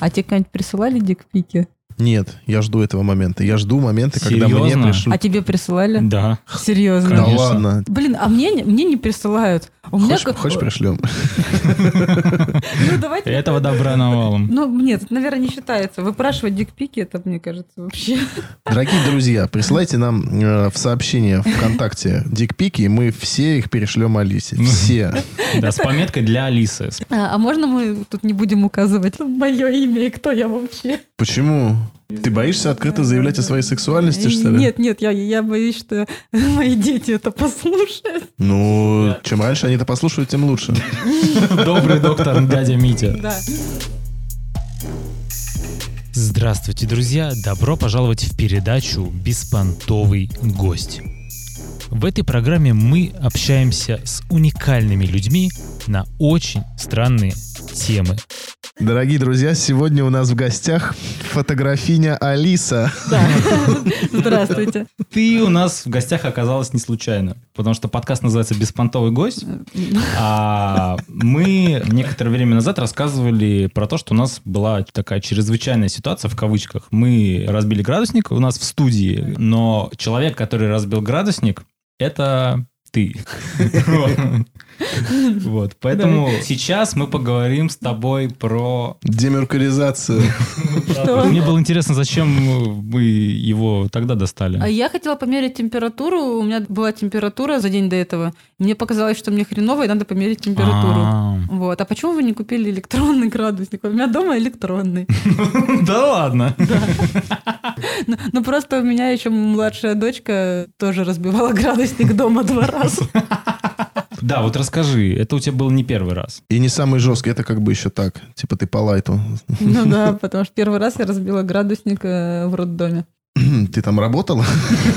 А тебе когда-нибудь присылали дикпики? Нет, я жду этого момента. Я жду момента, когда мне Серьезно? пришлют. А тебе присылали? Да. Серьезно? да конечно. ладно. Блин, а мне, не- мне не присылают. У меня Хочешь, как- хочешь пришлем? Ну, давайте... Этого добра навалом. Ну, нет, это, наверное, не считается. Выпрашивать дикпики, это, мне кажется, вообще... Дорогие друзья, присылайте нам э, в сообщение ВКонтакте дикпики, и мы все их перешлем Алисе. Ну. Все. Да, с пометкой для Алисы. А, а можно мы тут не будем указывать мое имя и кто я вообще? Почему? Ты боишься открыто заявлять о своей сексуальности, что ли? Э, Нет, нет, я, я боюсь, что мои дети это послушают. Ну, чем раньше они это послушают, тем лучше. Добрый доктор дядя Митя. Да. Здравствуйте, друзья! Добро пожаловать в передачу «Беспонтовый гость». В этой программе мы общаемся с уникальными людьми на очень странные темы. Дорогие друзья, сегодня у нас в гостях фотографиня Алиса. да. Здравствуйте. Ты у нас в гостях оказалась не случайно, потому что подкаст называется «Беспонтовый гость», а мы некоторое время назад рассказывали про то, что у нас была такая чрезвычайная ситуация, в кавычках. Мы разбили градусник у нас в студии, но человек, который разбил градусник, это ты. Вот, поэтому сейчас мы поговорим с тобой про... Демеркуризация. Что? Мне было интересно, зачем мы его тогда А достали. я хотела померить температуру. У меня была температура за день до этого. Мне показалось, что мне хреново, и надо померить температуру. А. Вот. А почему вы не купили электронный градусник? У меня дома электронный. Да ладно. Ну, ну, просто у меня еще младшая дочка тоже разбивала градусник дома два раза. Да, вот расскажи, это у тебя был не первый раз. И не самый жесткий, это как бы еще так. Типа ты по лайту. Ну да, потому что первый раз я разбила градусник э, в роддоме. Ты там работала?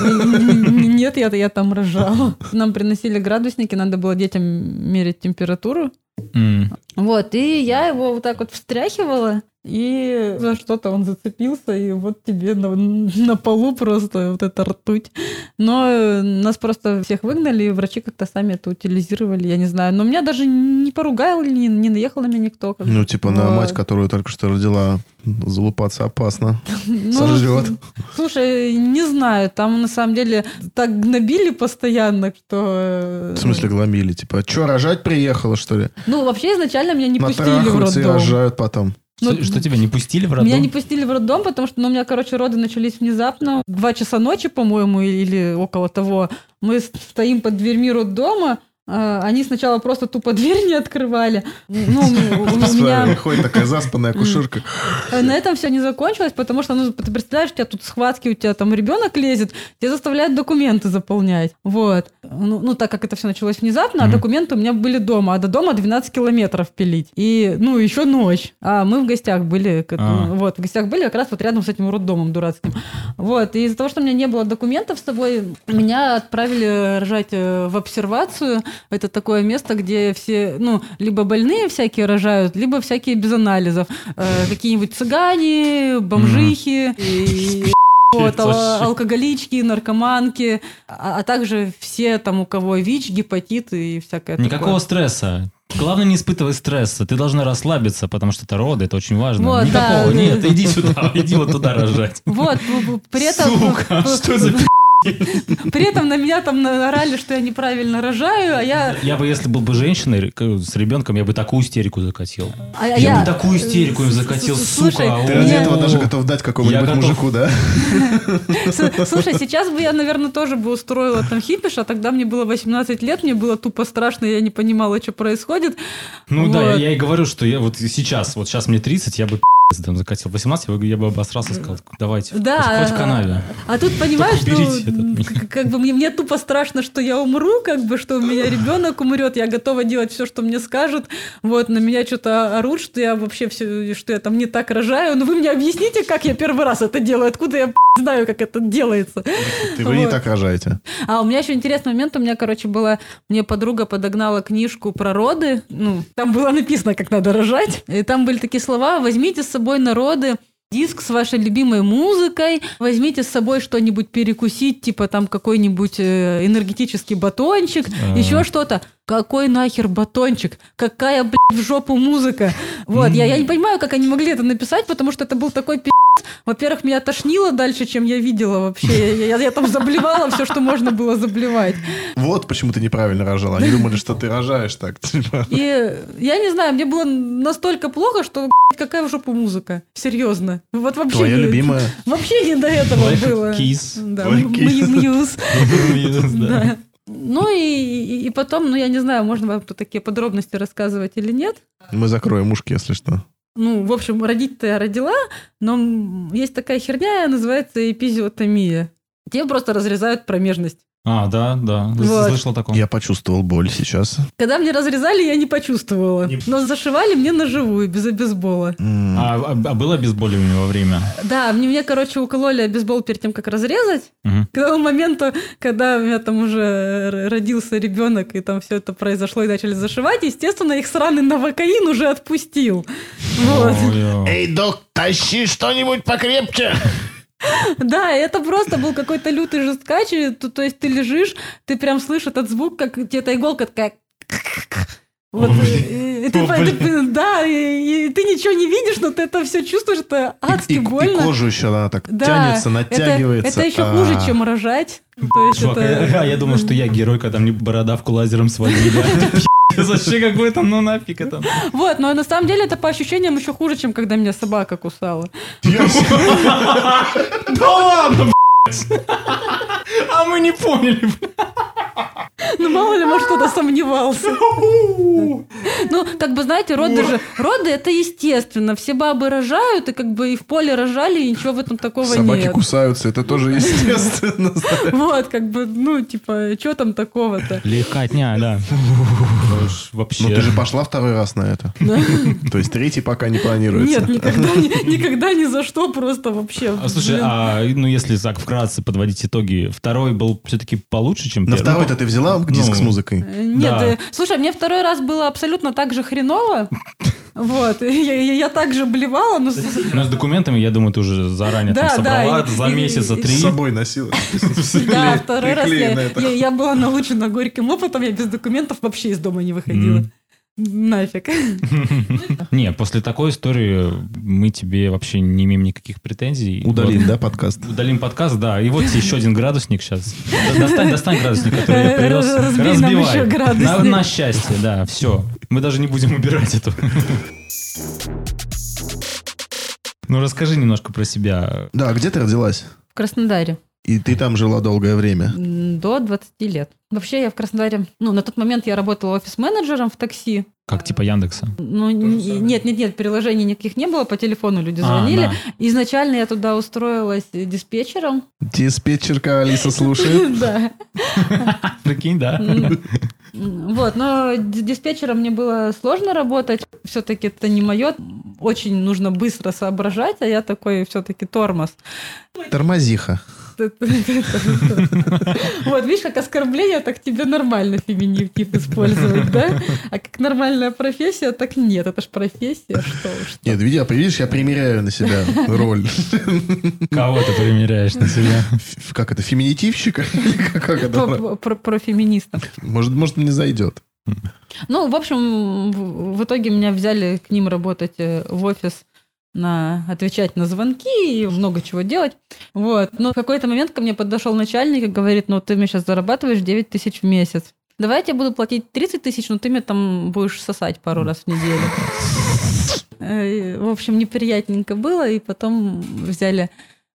Нет, я, я там рожала. Нам приносили градусники, надо было детям мерить температуру. М. Вот, и я его вот так вот встряхивала, и за что-то он зацепился, и вот тебе на, на полу просто вот эта ртуть. Но э, нас просто всех выгнали, и врачи как-то сами это утилизировали, я не знаю. Но меня даже не поругал, не, не наехал на меня никто. как бы. Ну, типа на Вот. мать, которую только что родила, залупаться опасно. Ну, Сожрет. Слушай, не знаю, там на самом деле так гнобили постоянно, что... э, В смысле гломили? Типа, что, рожать приехала, что ли? Ну, вообще изначально меня не пустили в Натрахаются и роддом. рожают потом. Ну, Что, что, тебя не пустили в роддом? Меня не пустили в роддом, потому что ну, у меня, короче, роды начались внезапно. В Два часа ночи, по-моему, или около того. Мы с- стоим под дверьми роддома, а, они сначала просто тупо дверь не открывали. Ну, у- у Смотри, меня Выходит такая заспанная акушерка. э, на этом все не закончилось, потому что, ну, ты представляешь, у тебя тут схватки, у тебя там ребенок лезет, тебя заставляют документы заполнять. Вот. Ну, ну, так как это все началось внезапно, а Мгм. документы у меня были дома, а до дома 12 километров пилить. И, ну, еще ночь. А мы в гостях были, к- А. вот, в гостях были как раз вот рядом с этим роддомом дурацким. Вот, и из-за того, что у меня не было документов с собой, меня отправили рожать э, в обсервацию. Это такое место, где все, ну, либо больные всякие рожают, либо всякие без анализов. Э, Какие-нибудь цыгане, бомжихи, и- вот, ал- вообще. алкоголички, наркоманки, а, а также все там, у кого ВИЧ, гепатит и всякое такое. Никакого стресса. Главное, не испытывай стресса. Ты должна расслабиться, потому что это роды, это очень важно. Вот, Никакого. да, да. Нет, иди сюда, иди вот туда рожать. Вот, п- п- при этом... Сука, п- что за При этом на меня там наорали, что я неправильно рожаю, а я... Я бы, если был бы женщиной к- с ребенком, я бы такую истерику закатил. а э, Я бы такую истерику им закатил, С- с- слушай, сука. а Ты О. ради я- этого даже готов дать Я какому-нибудь готов. мужику, да? С- Слушай, сейчас бы я, наверное, тоже бы устроила там хипиш, а тогда мне было 18 лет, мне было тупо страшно, я не понимала, что происходит. Ну да, я- Вот. я и говорю, что я вот сейчас, вот сейчас мне 30, я бы там закатил. 18 я бы, я бы обосрался и сказал, давайте, Да. хоть, хоть в канаве. А тут понимаешь, Только уберите этот ну, к- как бы мне, мне тупо страшно, что я умру, как бы, что у меня ребенок умрет, я готова делать все, что мне скажут. Вот, на меня что-то орут, что я вообще все, что я там не так рожаю. Ну вы мне объясните, как я первый раз это делаю, откуда я знаю, как это делается. Ты вы не Вот. так рожаете. А у меня еще интересный момент. У меня, короче, была... Мне подруга подогнала книжку про роды. Ну, там было написано, как надо рожать. И там были такие слова «Возьмите с собой народы диск с вашей любимой музыкой, возьмите с собой что-нибудь перекусить, типа там какой-нибудь э, энергетический батончик, А. еще что-то. Какой нахер батончик? Какая, блядь, в жопу музыка? Вот, я, я не понимаю, как они могли это написать, потому что это был такой пи***ц. Во-первых, меня тошнило дальше, чем я видела вообще. Я, я- я там заблевала все, что можно было заблевать. Вот почему ты неправильно рожал. Они думали, что ты рожаешь так. типа. И я не знаю, мне было настолько плохо, что блядь, какая в жопу музыка. Серьезно. Вот вообще. Твоя не- любимая. Вообще не до этого Life было. Kiss. Да, Life м- Kiss. м- Muse. Да. Да. Ну и, и, и потом, ну я не знаю, можно вам тут такие подробности рассказывать или нет. Мы закроем ушки, если что. Ну, в общем, родить-то я родила, но м, есть такая херня, называется эпизиотомия. Тебе просто разрезают промежность. А, да, да. Вот. Слышал такое. Я почувствовал боль сейчас. Когда мне разрезали, я не почувствовала. Не- Но зашивали мне на живую, без обезбола. М. А, а- а было обезболивание во время? Да, мне, мне, короче, укололи обезбол перед тем, как разрезать. Мгм. К тому моменту, когда у меня там уже р- родился ребенок, и там все это произошло, и начали зашивать, естественно, их сраный новокаин уже отпустил. Вот. Ой-ой. Эй, док, тащи что-нибудь покрепче. Да, и это просто был какой-то лютый жесткач, и то, то есть ты лежишь, ты прям слышишь этот звук, как тебе эта иголка такая... Вот, О, и- и ты О, по- ты- да, и, и ты ничего не видишь, но ты это все чувствуешь, это адски И, и- и больно. кожу еще она так Да, это- тянется, натягивается. Это, еще хуже, А. чем рожать. То есть Чувак, это- а я думал, что я герой, когда мне бородавку лазером сводили. Вообще какой-то, ну нафиг это. Вот, но на самом деле это по ощущениям еще хуже, чем когда меня собака кусала. Да ладно, блядь! А мы не поняли. Ну, мало ли, может, кто-то сомневался. Ну, как бы, знаете, роды же... Роды — это естественно. Все бабы рожают, и как бы и в поле рожали, и ничего в этом такого Собаки нет. кусаются, это тоже естественно. Вот, как бы, ну, типа, что там такого-то? Легкотня, да. Вообще. Ну ты же пошла второй раз на это. Да. То есть третий пока не планируется. Нет, никогда, ни- никогда ни за что просто вообще. А, Слушай, Блин. а, ну если так вкратце подводить итоги, второй был все-таки получше, чем На первый. второй-то ты взяла диск Ну. с музыкой? Э, Нет, Да. э, слушай, мне второй раз было абсолютно так же хреново. Вот, я, я- я так же блевала, но... с- Но с документами, я думаю, ты уже заранее там Да, собрала да, и- за и- месяца и- три. носила. Да, второй раз я, приклеено это. я- я была научена горьким опытом, я без документов вообще из дома не выходила. М. Нафиг. Не, после такой истории мы тебе вообще не имеем никаких претензий. Удалим, Вот. да, подкаст? Удалим подкаст, да. И вот тебе еще один градусник сейчас. Достань, достань градусник, который я привез. Раз- разбей нам еще градусник. На, на счастье, да, все. Мы даже не будем убирать эту. Ну, расскажи немножко про себя. Да, где ты родилась? В Краснодаре. И ты там жила долгое время. М, До 20 лет. Вообще я в Краснодаре... Ну, на тот момент я работала офис-менеджером в такси. Как типа Яндекса. Ну, нет-нет-нет, приложений никаких не было, по телефону люди звонили. А, Изначально я туда устроилась э, диспетчером. Диспетчерка Алиса слушает. Да. на. Прикинь, да? М, Вот, но ди- диспетчером мне было сложно работать. Все-таки это не мое. Очень нужно быстро соображать, а я такой все-таки тормоз. Тормозиха. Вот, видишь, как оскорбление, так тебе нормально феминитив использовать, да? А как нормальная профессия, так нет. Это ж профессия, что уж. Нет, видя- видишь, я примеряю на себя роль. Кого ты примеряешь на себя? Ф- Как это, феминитивщика? Или Как это? Про, про- про феминистов. Может, может, мне зайдет. Ну, в общем, в в итоге меня взяли к ним работать э, в офис на отвечать на звонки и много чего делать. Вот. Но в какой-то момент ко мне подошел начальник и говорит, ну, ты мне сейчас зарабатываешь 9 тысяч в месяц. Давай я тебе буду платить 30 тысяч, но ты мне там будешь сосать пару раз в неделю. Э, В общем, неприятненько было, и потом взяли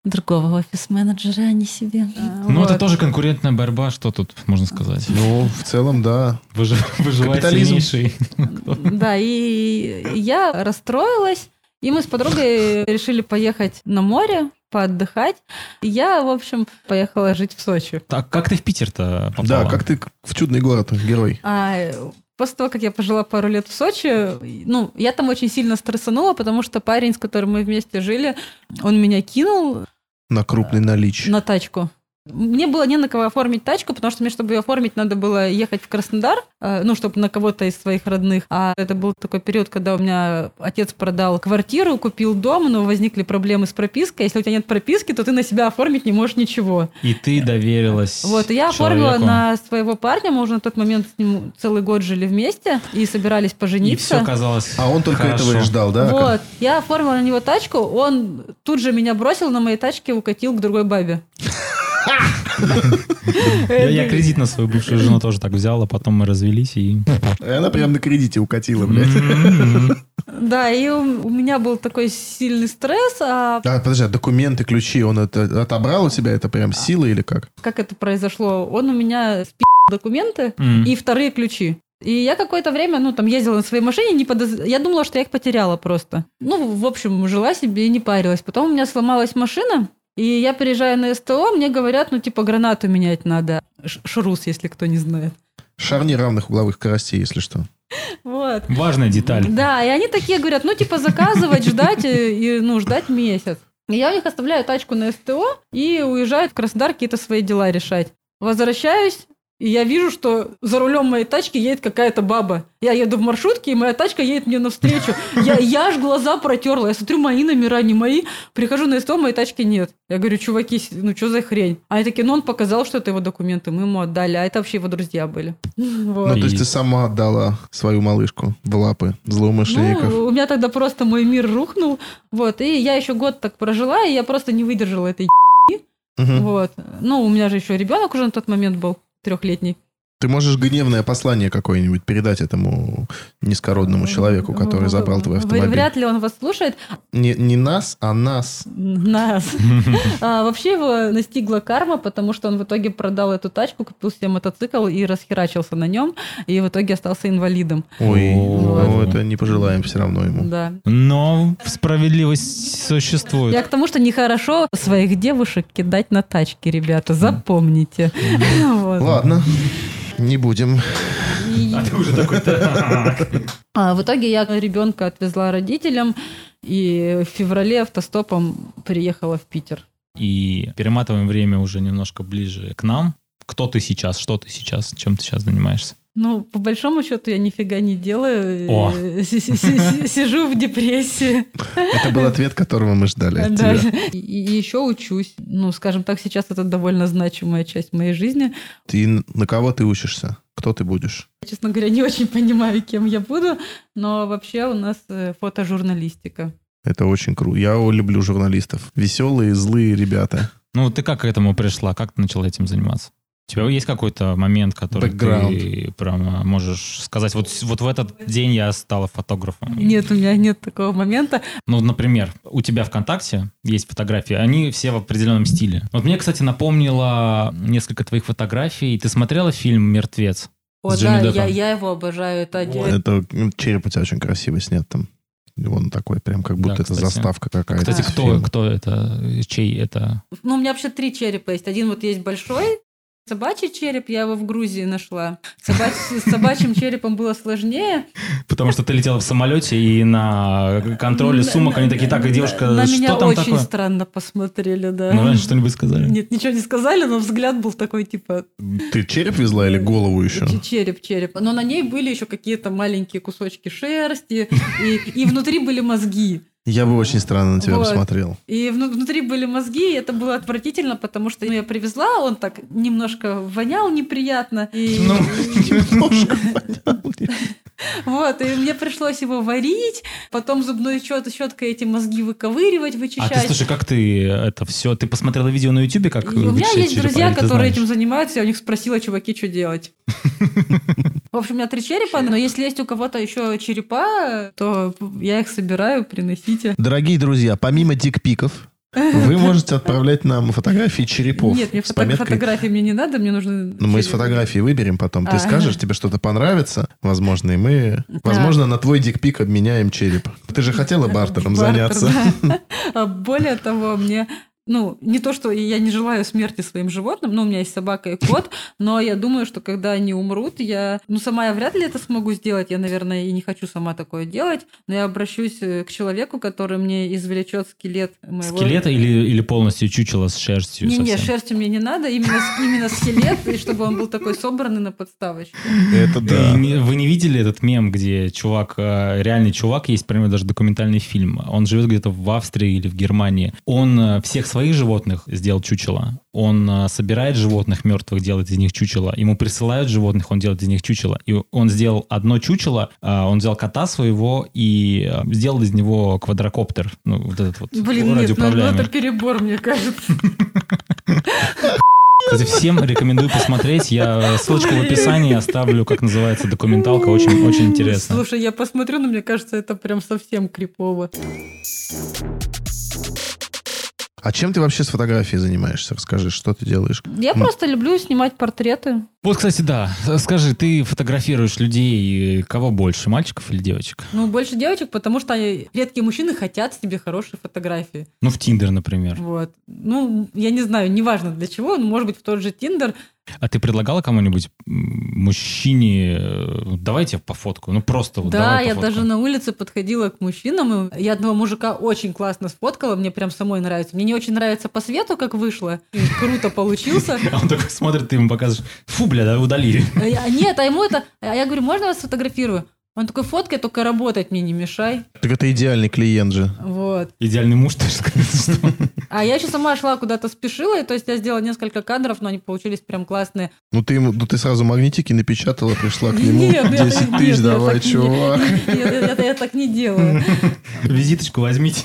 другого офис-менеджера, а не себе. Ну, это Вот. тоже конкурентная борьба, что тут можно сказать? Ну, в целом, да. Выжи- Выживает Капитализм. сильнейший. Да, и я расстроилась, и мы с подругой решили поехать на море, поотдыхать. И я, в общем, поехала жить в Сочи. Так, как ты в Питер-то попала? Да, как ты в чудный город, герой. А после того, как я пожила пару лет в Сочи, ну, я там очень сильно стрессанула, потому что парень, с которым мы вместе жили, он меня кинул Ну, На крупный налич. на тачку. Мне было не на кого оформить тачку, потому что мне, чтобы ее оформить, надо было ехать в Краснодар, э, ну, чтобы на кого-то из своих родных. А это был такой период, когда у меня отец продал квартиру, купил дом, но возникли проблемы с пропиской. Если у тебя нет прописки, то ты на себя оформить не можешь ничего. И ты доверилась Вот, и я оформила человеку. на своего парня, мы уже на тот момент с ним целый год жили вместе и собирались И пожениться. все казалось А он только хорошо. этого и ждал, да? Вот, я оформила на него тачку, он тут же меня бросил на моей тачке, укатил к другой бабе. Я, я кредит на свою бывшую жену тоже так взял, а потом мы развелись и... И она прям на кредите укатила, блядь. М-м-м. Да, и у у меня был такой сильный стресс, а А, подожди, а документы, ключи, он это отобрал у тебя, это прям силы или как? как это произошло? Он у меня спи документы М. и вторые ключи. И я какое-то время, ну, там, ездила на своей машине, не подоз... я думала, что я их потеряла просто. Ну, в общем, жила себе и не парилась. Потом у меня сломалась машина, и я приезжаю на СТО, мне говорят, ну, типа, гранату менять надо. Ш- Шрус, если кто не знает. Шар неравных угловых карасей, если что. Вот. Важная деталь. Да, и они такие говорят, ну, типа, заказывать, ждать, э, и, ну, ждать месяц. И я у них оставляю тачку на СТО и уезжаю в Краснодар какие-то свои дела решать. Возвращаюсь, и я вижу, что за рулем моей тачки едет какая-то баба. Я еду в маршрутке, и моя тачка едет мне навстречу. Я, я аж глаза протерла. Я смотрю, мои номера не мои. Прихожу на СТО, моей тачки нет. Я говорю, чуваки, с- ну что за хрень? А они такие, ну он показал, что это его документы, мы ему отдали. А это вообще его друзья были. Вот. Ну, то есть И- ты сама отдала свою малышку в лапы злоумышленников. Ну, у меня тогда просто мой мир рухнул. Вот, и я еще год так прожила, и я просто не выдержала этой Мгм. вот. Ну, у меня же еще ребенок уже на тот момент был трехлетний. Ты можешь гневное послание какое-нибудь передать этому Ну, низкородному человеку, который забрал твой автомобиль. Вряд ли он вас слушает. Не, не нас, а нас. Нас. А, вообще его настигла карма, потому что он в итоге продал эту тачку, купил себе мотоцикл и расхерачился на нем, и в итоге остался инвалидом. Ой, Вот. ну это не пожелаем все равно ему. Да. Но справедливость существует. Я к тому, что нехорошо своих девушек кидать на тачки, ребята, запомните. Вот. Ладно, не будем. И- А ты уже такой, так. А в итоге я ребенка отвезла родителям, и в феврале автостопом приехала в Питер. И перематываем время уже немножко ближе к нам. Кто ты сейчас? Что ты сейчас? Чем ты сейчас занимаешься? Ну, по большому счету, я нифига не делаю. О. С- с- с- Сижу в депрессии. Это был ответ, которого мы ждали от Да. тебя. И и еще учусь. Ну, скажем так, сейчас это довольно значимая часть моей жизни. Ты на кого ты учишься? Кто ты будешь? Я, Честно говоря, не очень понимаю, кем я буду, но вообще у нас э, фотожурналистика. Это очень круто. Я о, люблю журналистов. Веселые, злые ребята. Ну, ты как к этому пришла? Как ты начала этим заниматься? У тебя есть какой-то момент, который ты Бэкграунд. прямо можешь сказать, вот, с- вот в этот день я стала фотографом? Нет, у меня нет такого момента. Ну, например, у тебя ВКонтакте есть фотографии, они все в определенном стиле. Вот мне, кстати, напомнило несколько твоих фотографий. Ты смотрела фильм «Мертвец»? О, С Джонни да, я, Деппом. я его обожаю. Это один- Это ну, череп у тебя очень красиво снят там. И Он такой, прям как будто Да, это кстати. заставка какая-то. Кстати, из кто, фильма. кто это? Чей это? Ну, у меня вообще три черепа есть. Один вот есть большой, собачий череп, я его в Грузии нашла. Собач- С собачьим черепом было сложнее. Потому что ты летела в самолете, и на контроле сумок они такие, так, и девушка, На меня что там очень такое? странно посмотрели, да. Ну, раньше что-нибудь сказали? Нет, ничего не сказали, но взгляд был такой, типа, Ты череп везла или голову еще? ч- череп, череп. Но на ней были еще какие-то маленькие кусочки шерсти, и, и внутри были мозги. Я бы очень странно на тебя Вот. посмотрел. И вну- внутри были мозги, и это было отвратительно, потому что ну, я привезла, он так немножко вонял неприятно. И... Ну, Немножко понял. Вот, и мне пришлось его варить, потом зубной щет, щеткой эти мозги выковыривать, А ты, вычищать. слушай, как ты это все? Ты посмотрела видео на Ютубе, И как... у меня вычищать есть черепа, друзья, или ты которые знаешь? этим занимаются, я у них спросила, чуваки, что делать. В общем, у меня три черепа, но если есть у кого-то еще черепа, то я их собираю, приносите. Дорогие друзья, помимо дикпиков, вы можете отправлять нам фотографии черепов. Нет, мне с фото- пометкой фотографии мне не надо, мне нужны... Ну, мы из черепы. фотографии выберем потом. Ты А. скажешь, тебе что-то понравится, возможно, и мы, возможно, на твой дикпик обменяем череп. Ты же хотела бартером Бартер, заняться. да. А Более того, мне ну, не то, что я не желаю смерти своим животным, но у меня есть собака и кот, но я думаю, что когда они умрут, я, ну, сама я вряд ли это смогу сделать, я, наверное, и не хочу сама такое делать, но я обращусь э, к человеку, который мне извлечет скелет моего... Скелета или, или полностью чучело с шерстью? Не, не, совсем? шерсти мне не надо, именно, с- именно скелет, и чтобы он был такой собранный на подставочке. Это Ты да. не- Вы не видели этот мем, где чувак, э, реальный чувак, есть, например, даже документальный фильм. Он живет где-то в Австрии или в Германии. Он э, всех своих животных сделал чучело. Он э, собирает животных мертвых, делает из них чучело. Ему присылают животных, он делает из них чучело. И он сделал одно чучело, э, он взял кота своего и э, сделал из него квадрокоптер. Ну, вот этот вот Блин, нет, ну, ну, радиоуправляемый. это перебор, мне кажется. Кстати, всем рекомендую посмотреть. Я э, ссылочку в описании оставлю, как называется документалка. Очень, очень интересно. Слушай, я посмотрю, но мне кажется, это прям совсем крипово. А чем ты вообще с фотографией занимаешься? Расскажи, что ты делаешь? Я просто люблю снимать портреты. Вот, кстати, да. Скажи, ты фотографируешь людей, э, кого больше, мальчиков или девочек? Ну, больше девочек, потому что они- редкие мужчины хотят себе хорошие фотографии. Ну, в Тиндер, например. Вот. Ну, я не знаю, неважно для чего, но, может быть, в тот же Тиндер. А ты предлагала кому-нибудь м, мужчине, э, давайте по фотку, ну просто вот да, давай я пофоткаем». даже на улице подходила к мужчинам. и Я одного мужика очень классно сфоткала, мне прям самой нравится. Мне не очень нравится по свету, как вышло. И Круто получился. А он такой смотрит, ты ему показываешь, фу, бля, да удали. А я- Нет, а ему это... А я говорю, можно я вас сфотографирую? Он такой, фоткай, только работать мне не мешай. Так это идеальный клиент же. Вот. Идеальный муж, ты же сказал, что он. А я еще сама шла куда-то спешила, и то есть я сделала несколько кадров, но они получились прям классные. Ну ты, ему- ну, ты сразу магнитики напечатала, пришла к нему. Нет, ну я- 10 нет, тысяч, я давай, так не- чувак. Нет, я- я- я так не делаю. Визиточку возьмите.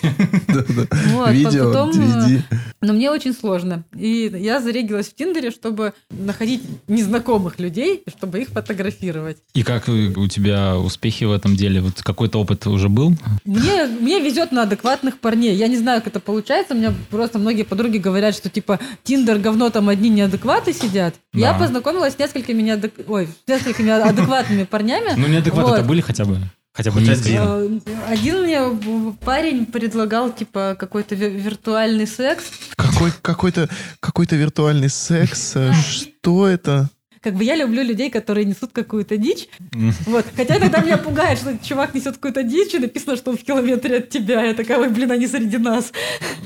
Да-да. Вот, Видео, потом, э, DVD. Но мне очень сложно. И я зарегилась в Тиндере, чтобы находить незнакомых людей, и чтобы их фотографировать. И как э, у тебя успехи в этом деле? Вот какой-то опыт уже был? Мне, мне везет на адекватных парней. Я не знаю, как это получается. У меня просто многие подруги говорят, что типа Тиндер говно, там одни неадекваты сидят. Я Да. познакомилась с несколькими, неадек... Ой, с несколькими адекватными парнями. Ну, неадекватно Вот. это были хотя бы? Хотя бы Хоть несколько? Э, Один мне парень предлагал, типа, какой-то ви- виртуальный секс. Какой, какой-то, какой-то виртуальный секс. э, Что это? Как бы я люблю людей, которые несут какую-то дичь. Мгм. Вот. Хотя иногда меня пугает, что чувак несет какую-то дичь, и написано, что он в километре от тебя. Я такая, ой, блин, они среди нас.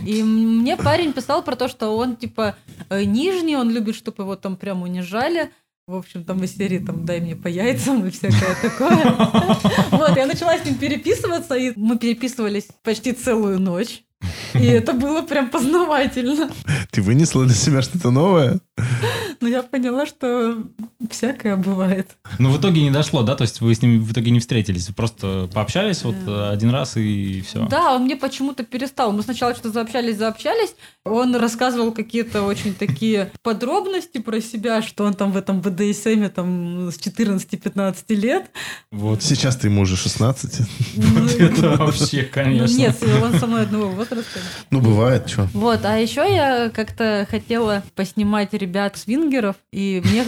И мне парень писал про то, что он, типа, э, нижний, он любит, чтобы его там прям унижали. В общем, там из серии там «дай мне по яйцам» и всякое такое. Вот, я начала с ним переписываться, и мы переписывались почти целую ночь. И это было прям познавательно. Ты вынесла для себя что-то новое? Но я поняла, что всякое бывает. Ну, в итоге не дошло, да? То есть вы с ним в итоге не встретились, вы просто пообщались вот Да. э, один раз и все. Да, он мне почему-то перестал. Мы сначала что-то заобщались, заобщались. Он рассказывал какие-то очень такие подробности про себя, что он там в этом БДСМе там с 14-15 лет. Вот. Сейчас ты ему уже 16. Ну, Вот это вообще, ну, конечно. Нет, он со мной одного возраста. Ну, бывает, что. Вот, а еще я как-то хотела поснимать ребят свингеров, и мне,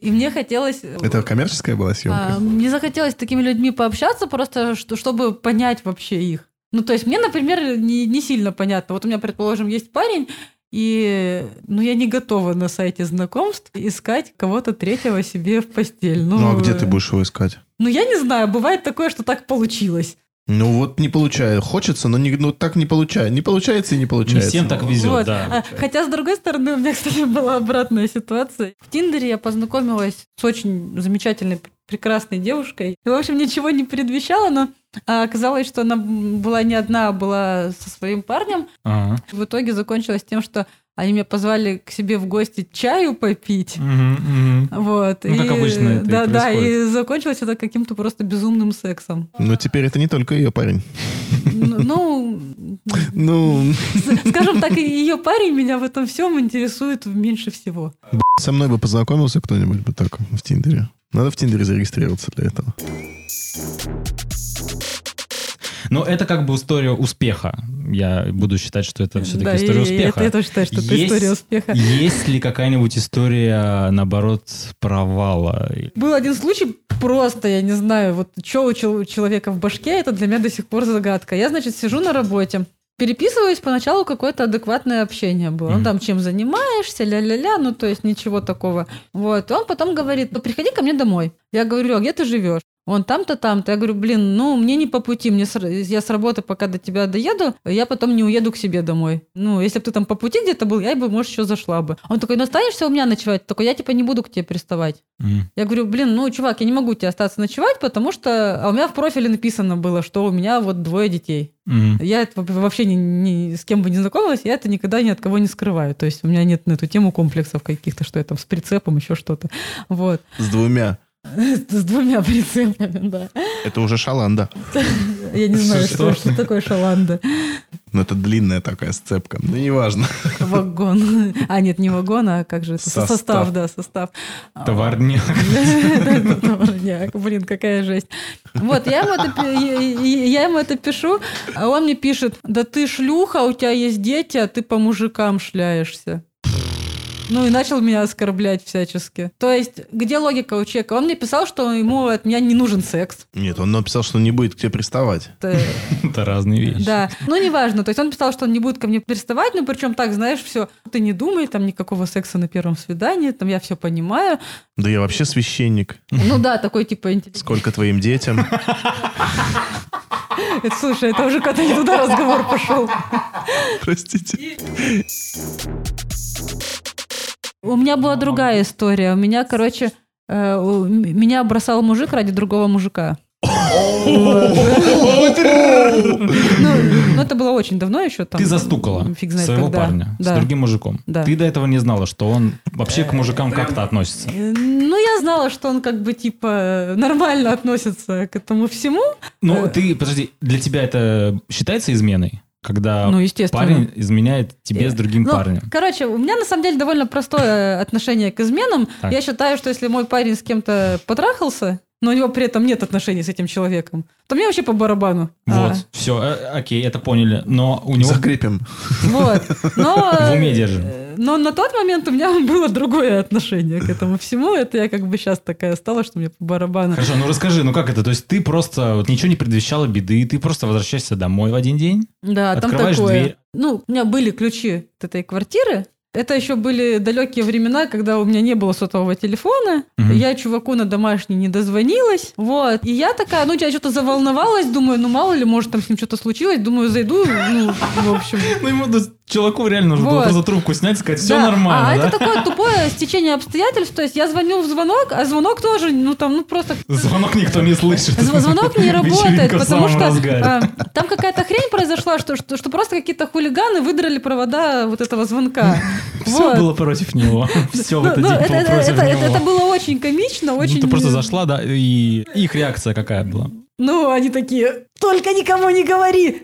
и мне хотелось... Это коммерческая была съемка? А, Мне захотелось с такими людьми пообщаться, просто что- чтобы понять вообще их. Ну, то есть мне, например, не, не сильно понятно. Вот у меня, предположим, есть парень, и ну, я не готова на сайте знакомств искать кого-то третьего себе в постель. Ну, Ну, а где ты будешь его искать? Ну, я не знаю, бывает такое, что так получилось. Ну, вот не получаю. Хочется, но не, ну, так не получаю. Не получается и не Не получается. всем так везет, Вот. да. А, хотя, с другой стороны, у меня, кстати, была обратная ситуация. В Тиндере я познакомилась с очень замечательной, пр- прекрасной девушкой. И, в общем, ничего не предвещало, но а, оказалось, что она м, была не одна, а была со своим парнем. Ага. В итоге закончилось тем, что они меня позвали к себе в гости чаю попить. Мгм, мгм. Вот. Ну, как обычно это и Да, да, и происходит. закончилось это каким-то просто безумным сексом. Но теперь это не только ее парень. Н- Ну, Ну, с- скажем так, ее парень меня в этом всем интересует меньше всего. со мной бы познакомился кто-нибудь бы так в Тиндере. Надо в Тиндере зарегистрироваться для этого. Но Ну, это как бы история успеха. Я буду считать, что это все-таки Да, история и- и успеха. это я тоже считаю, что это Есть- история успеха. Есть ли какая-нибудь история, наоборот, провала? Был один случай, просто, я не знаю, вот что у чел- у человека в башке, это для меня до сих пор загадка. Я, значит, сижу на работе, переписываюсь, поначалу какое-то адекватное общение было. Ну, Мгм. там, чем занимаешься, ля-ля-ля, ну, то есть ничего такого. Вот, он потом говорит, «Ну, приходи ко мне домой. Я говорю, Лёг, где ты живешь? Он там-то, там-то. Я говорю, блин, ну, мне не по пути, мне с... р- я с работы пока до тебя доеду, я потом не уеду к себе домой. Ну, если бы ты там по пути где-то был, я бы, может, еще зашла бы. Он такой, ну, останешься у меня ночевать? Такой, я, типа, не буду к тебе приставать. М. Я говорю, блин, ну, чувак, я не могу у тебя остаться ночевать, потому что... А у меня в профиле написано было, что у меня вот двое детей. М. Я это во- вообще ни, ни с кем бы не знакомилась, я это никогда ни от кого не скрываю. То есть у меня нет на эту тему комплексов каких-то, что я там с прицепом, еще что-то. Вот. С двумя. С двумя прицепами, да. Это уже шаланда. Я не знаю, Что? что, что такое шаланда. Но Ну, это длинная такая сцепка. Ну, неважно. Вагон. А, нет, не вагон, а как же это? Состав, Состав. да, состав. А. Товарняк. Это товарняк. Блин, какая жесть. Вот, я ему, это, пи- я- я- я ему это пишу, а он мне пишет, да ты шлюха, у тебя есть дети, а ты по мужикам шляешься. Ну и начал меня оскорблять всячески. То есть, где логика у человека? Он мне писал, что ему от меня не нужен секс. Нет, он написал, что не будет к тебе приставать. Это- Это разные вещи. Да. Ну, неважно. То есть он писал, что он не будет ко мне приставать, ну, причем так, знаешь, все, ты не думай, там никакого секса на первом свидании, там я все понимаю. Да я вообще священник. Ну да, такой типа интеллигентный. Сколько твоим детям? Это, слушай, это уже когда не туда разговор пошел. Простите. У меня была другая история. У меня, короче, э, у м- меня бросал мужик ради другого мужика. Ну, ну, это было очень давно еще там. Ты застукала Фиг знает своего когда. парня с Да. другим мужиком. Да. Ты до этого не знала, что он вообще к мужикам как-то относится. Э, Ну, я знала, что он как бы типа нормально относится к этому всему. Ну, Э. ты, подожди, для тебя это считается изменой? Когда Ну, естественно. А парень изменяет тебе с другим Ну, парнем. Короче, у меня на самом деле довольно простое отношение к изменам. Так. Я считаю, что если мой парень с кем-то потрахался, но у него при этом нет отношений с этим человеком, то мне вообще по барабану. Вот, А, все, э, окей, это поняли. Но у него Закрепим. Вот. Но, В уме держим. э, Но на тот момент у меня было другое отношение к этому всему. Это я как бы сейчас такая стала, что мне по барабану. Хорошо, ну расскажи, ну как это? То есть ты просто вот ничего не предвещала беды, ты просто возвращаешься домой в один день? Да, там Открываешь такое. дверь. Ну, у меня были ключи от этой квартиры. Это еще были далекие времена, когда у меня не было сотового телефона. Мгм. Я чуваку на домашний не дозвонилась. Вот. И я такая, ну, я что-то заволновалась, думаю, ну, мало ли, может, там с ним что-то случилось. Думаю, зайду, ну, в общем. Ну ему ну, чуваку реально нужно было Вот. просто трубку снять и сказать, все Да. А нормально, да? это такое тупое стечение обстоятельств. То есть я звоню в звонок, а звонок тоже, ну, там, ну, просто Звонок никто не слышит. Зв- Звонок не работает, Вечеринка в потому самом что разгаре. а, там какая-то хрень произошла, что, что, что просто какие-то хулиганы выдрали провода вот этого звонка. Все Вот. было против него. Все в Ну, этот ну, день это, было это- против это- это- это него. было очень комично, Ну, очень... ты просто зашла, да, и их реакция какая была? Ну, они такие, только никому не говори.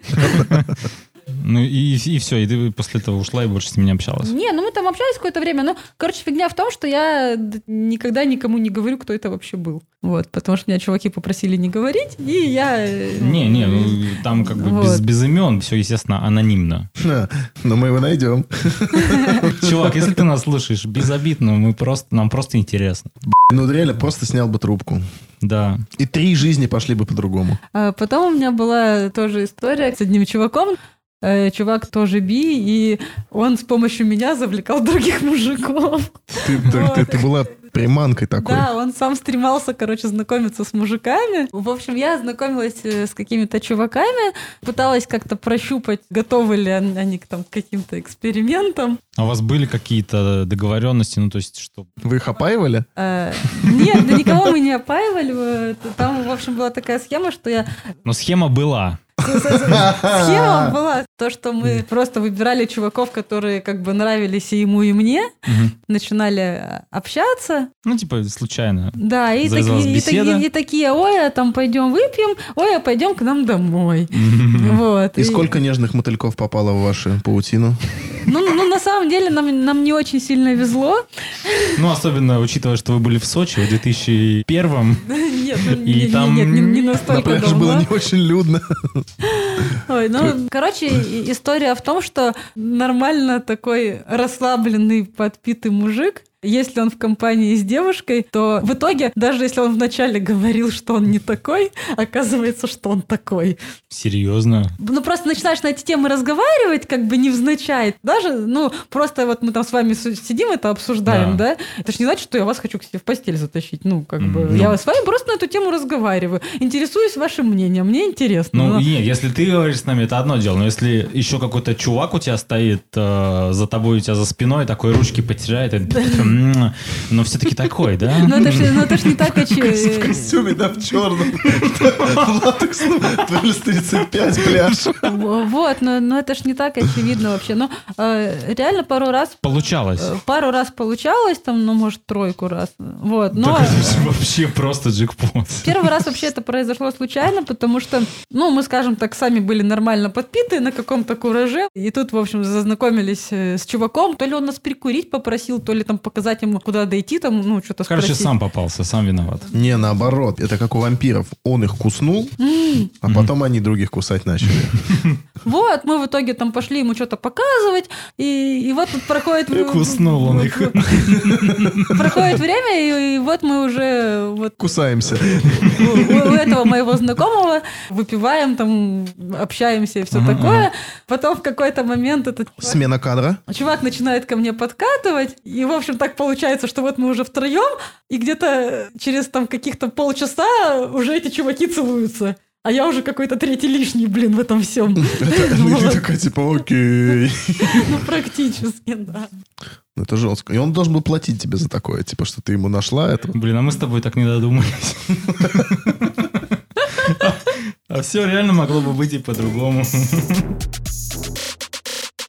Ну и, и все, и ты после этого ушла и больше с ним не общалась. Не, ну мы там общались какое-то время, но, короче, фигня в том, что я д- никогда никому не говорю, кто это вообще был. Вот, потому что меня чуваки попросили не говорить, и я... э, Не, не, ну, там как бы без, Вот. без имен, все, естественно, анонимно. Да, Но мы его найдем. Чувак, если ты нас слышишь, без обид, но мы просто, нам просто интересно. Ну, реально, просто снял бы трубку. Да. И три жизни пошли бы по-другому. А Потом у меня была тоже история с одним чуваком. Э, Чувак тоже би, и он с помощью меня завлекал других мужиков. Ты, ты- ты- ты была приманкой такой. Да, он сам стремался, короче, знакомиться с мужиками. В общем, я знакомилась э, с какими-то чуваками, пыталась как-то прощупать, готовы ли он- они к, там, к каким-то экспериментам. А у вас были какие-то договоренности, ну то есть что? Вы их опаивали? Э, Нет, да никого мы не опаивали. э, Там, в общем, была такая схема, что я Но схема была. Схема была то, что мы просто выбирали чуваков, которые как бы нравились и ему, и мне, Мгм. начинали э, общаться, Ну типа случайно. да, и, Завязалась такие, и, беседа. такие- и такие, ой, а там пойдем выпьем, ой, а пойдем к нам домой. Вот. И сколько нежных мотыльков попало в вашу паутину? Ну, ну, на самом деле, нам, нам не очень сильно везло. Ну особенно учитывая, что вы были в Сочи в 2001 Нет, ну, И не, не- там нет, не, не На настолько пляже было давно. не очень людно. Ой, ну, короче, и- история в том, что нормально такой расслабленный, подпитый мужик Если он в компании с девушкой, то в итоге, даже если он вначале говорил, что он не такой, оказывается, что он такой. Серьезно? Ну, просто начинаешь на эти темы разговаривать, как бы невзначай. Даже, ну, просто вот мы там с вами с- сидим, это обсуждаем, да? Это же не значит, что я вас хочу к себе в постель затащить. Ну, как бы, М, я ну. с вами просто на эту тему разговариваю. Интересуюсь вашим мнением, мне интересно. Ну, Но- нет, если ты говоришь с нами, это одно дело, но если еще какой-то чувак у тебя стоит э, за тобой, у тебя за спиной, такой ручки потирает, и ты такой, «М, но все-таки такой, да? Но это же ну, это ж не так, и В че- костюме, да, в черном. В латексном. Плюс 35, пляж. Вот, но, но это ж не так очевидно вообще. Но э, реально пару раз Получалось. э, пару раз получалось, там, ну, может, тройку раз. Вот, но... Так это же вообще просто джекпот. Первый раз вообще это произошло случайно, потому что, ну, мы, скажем так, сами были нормально подпиты на каком-то кураже. И тут, в общем, зазнакомились э, с чуваком. То ли он нас прикурить попросил, то ли там показать ему, куда дойти, там, ну, что-то Короче, спросить. сам попался, сам виноват. Не, наоборот. Это как у вампиров. Он их куснул, а потом они других кусать начали. Вот, мы в итоге там пошли ему что-то показывать, и, и вот тут проходит... Куснул он их. Проходит время, и, и вот мы уже вот Кусаемся. у, у этого моего знакомого выпиваем, там общаемся и все такое. Потом в какой-то момент этот Смена кадра. Чувак начинает ко мне подкатывать, и, в общем, так получается, что вот мы уже втроем, и где-то через там каких-то полчаса уже эти чуваки целуются. А я уже какой-то третий лишний, блин, в этом всем. Ну, и ты Вот. такая, типа, окей. Ну, практически, да. Ну, Это жестко. И он должен был платить тебе за такое, типа, что ты ему нашла это. Блин, а мы с тобой так не додумались. А все реально могло бы быть и по-другому.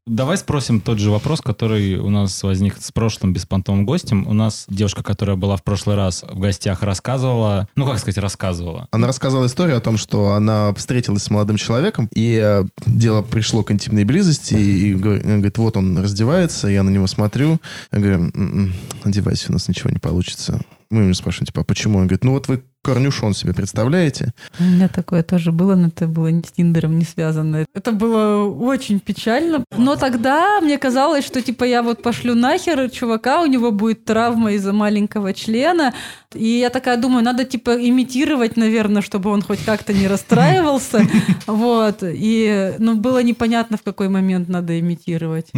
Давай спросим тот же вопрос, который у нас возник с прошлым беспонтовым гостем. У нас девушка, которая была в прошлый раз в гостях, рассказывала, ну как сказать, рассказывала. Она рассказала историю о том, что она встретилась с молодым человеком, и э, дело пришло к интимной близости, и, и говор- она говорит, вот он раздевается, я на него смотрю, я говорю, «М-м, одевайся, у нас ничего не получится. Мы ему спрашиваем, типа, а почему? Он говорит, ну вот вы корнюшон себе представляете? У меня такое тоже было, но это было с Тиндером не связано. Это было очень печально. Но тогда мне казалось, что типа я вот пошлю нахер чувака, у него будет травма из-за маленького члена. И я такая думаю, надо типа имитировать, наверное, чтобы он хоть как-то не расстраивался. Вот. И ну, было непонятно, в какой момент надо имитировать.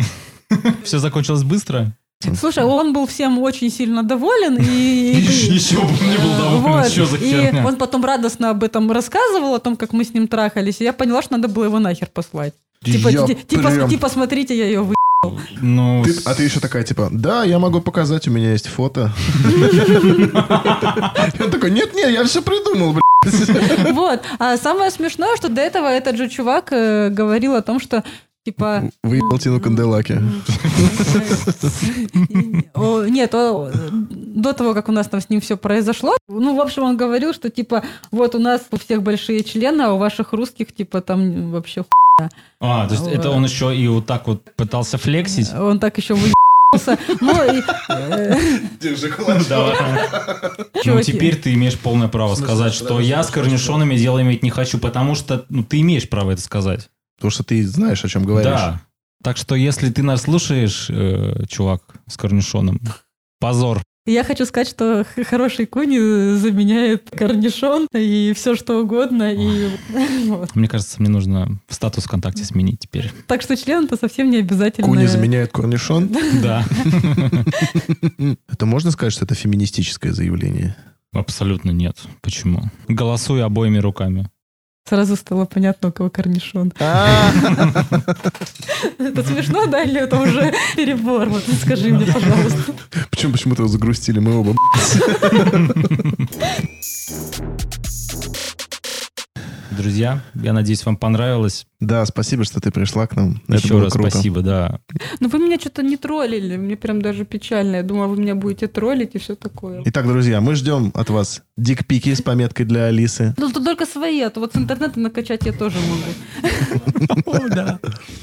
Все закончилось быстро? Слушай, он был всем очень сильно доволен. И... Еще бы не был доволен, Э, Вот. что за И херня? он потом радостно об этом рассказывал, о том, как мы с ним трахались. И я поняла, что надо было его нахер послать. Типа, Я ти- типа, прям- типа, смотрите, я ее вы... Ну, Ты- а ты еще такая, типа, да, я могу показать, у меня есть фото. И он такой, нет-нет, я все придумал, блядь. Вот. А самое смешное, что до этого этот же чувак э, говорил о том, что типа... Выебал Тину ну, Канделаки. О, Нет, о, до того, как у нас там с ним все произошло, ну, в общем, он говорил, что, типа, вот у нас у всех большие члены, а у ваших русских, типа, там вообще ху- А, то есть это он еще и вот так вот пытался флексить? Он так еще вы... Ну, и, э, Держи Давай. Ну, Чуваки. теперь ты имеешь полное право В смысле? сказать, что Подожди, я с что, корнишонами дело иметь не хочу, потому что ну, ты имеешь право это сказать. Потому что ты знаешь, о чем говоришь. Да. Так что, если ты нас слушаешь, э, чувак с корнишоном, позор. Я хочу сказать, что х- хороший куни заменяет корнишон и все что угодно. И... вот. Мне кажется, мне нужно в статус ВКонтакте сменить теперь. Так что член это совсем не обязательно. Куни заменяет корнишон. Да, Это можно сказать, что это феминистическое заявление? абсолютно нет. Почему? Голосуй обоими руками. Сразу стало понятно, у кого корнишон. Это смешно, да, или это уже перебор? Вот скажи мне, пожалуйста. Почему почему-то загрустили мы оба? Друзья, я надеюсь, вам понравилось. Да, спасибо, что ты пришла к нам. Это Еще было раз круто. спасибо, да. Ну вы меня что-то не троллили, мне прям даже печально. Я думала, вы меня будете троллить и все такое. Итак, друзья, мы ждем от вас дикпики с пометкой для Алисы. Ну, тут только свои, а то вот с интернета накачать я тоже могу. О, да.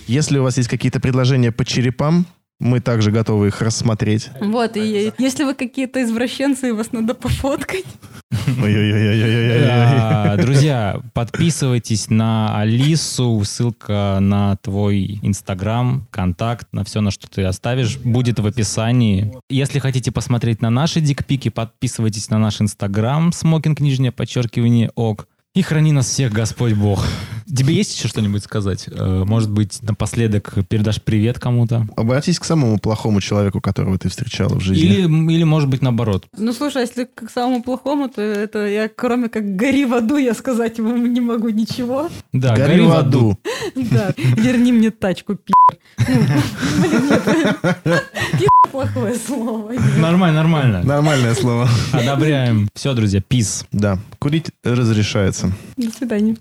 Если у вас есть какие-то предложения по черепам, Мы также готовы их рассмотреть. Вот, и если вы какие-то извращенцы, и вас надо пофоткать. А, Друзья, подписывайтесь на Алису. Ссылка на твой Инстаграм, контакт, на все, на что ты оставишь, будет в описании. Если хотите посмотреть на наши дикпики, подписывайтесь на наш Инстаграм, смокинг, нижнее подчеркивание, ок. И храни нас всех, Господь Бог. Тебе есть еще что-нибудь сказать? Э, Может быть, напоследок передашь привет кому-то? Обратись к самому плохому человеку, которого ты встречала в жизни. Или, или, может быть, наоборот. Ну, слушай, а если к самому плохому, то это я, кроме как «гори в аду», я сказать ему не могу ничего. Да, Гори в аду. Да, верни мне тачку, пи***. Ну, Блин, нет. Пи*** плохое слово. Нормально, нормально. Нормальное слово. Одобряем. Все, друзья, пис. Да, курить разрешается. До свидания.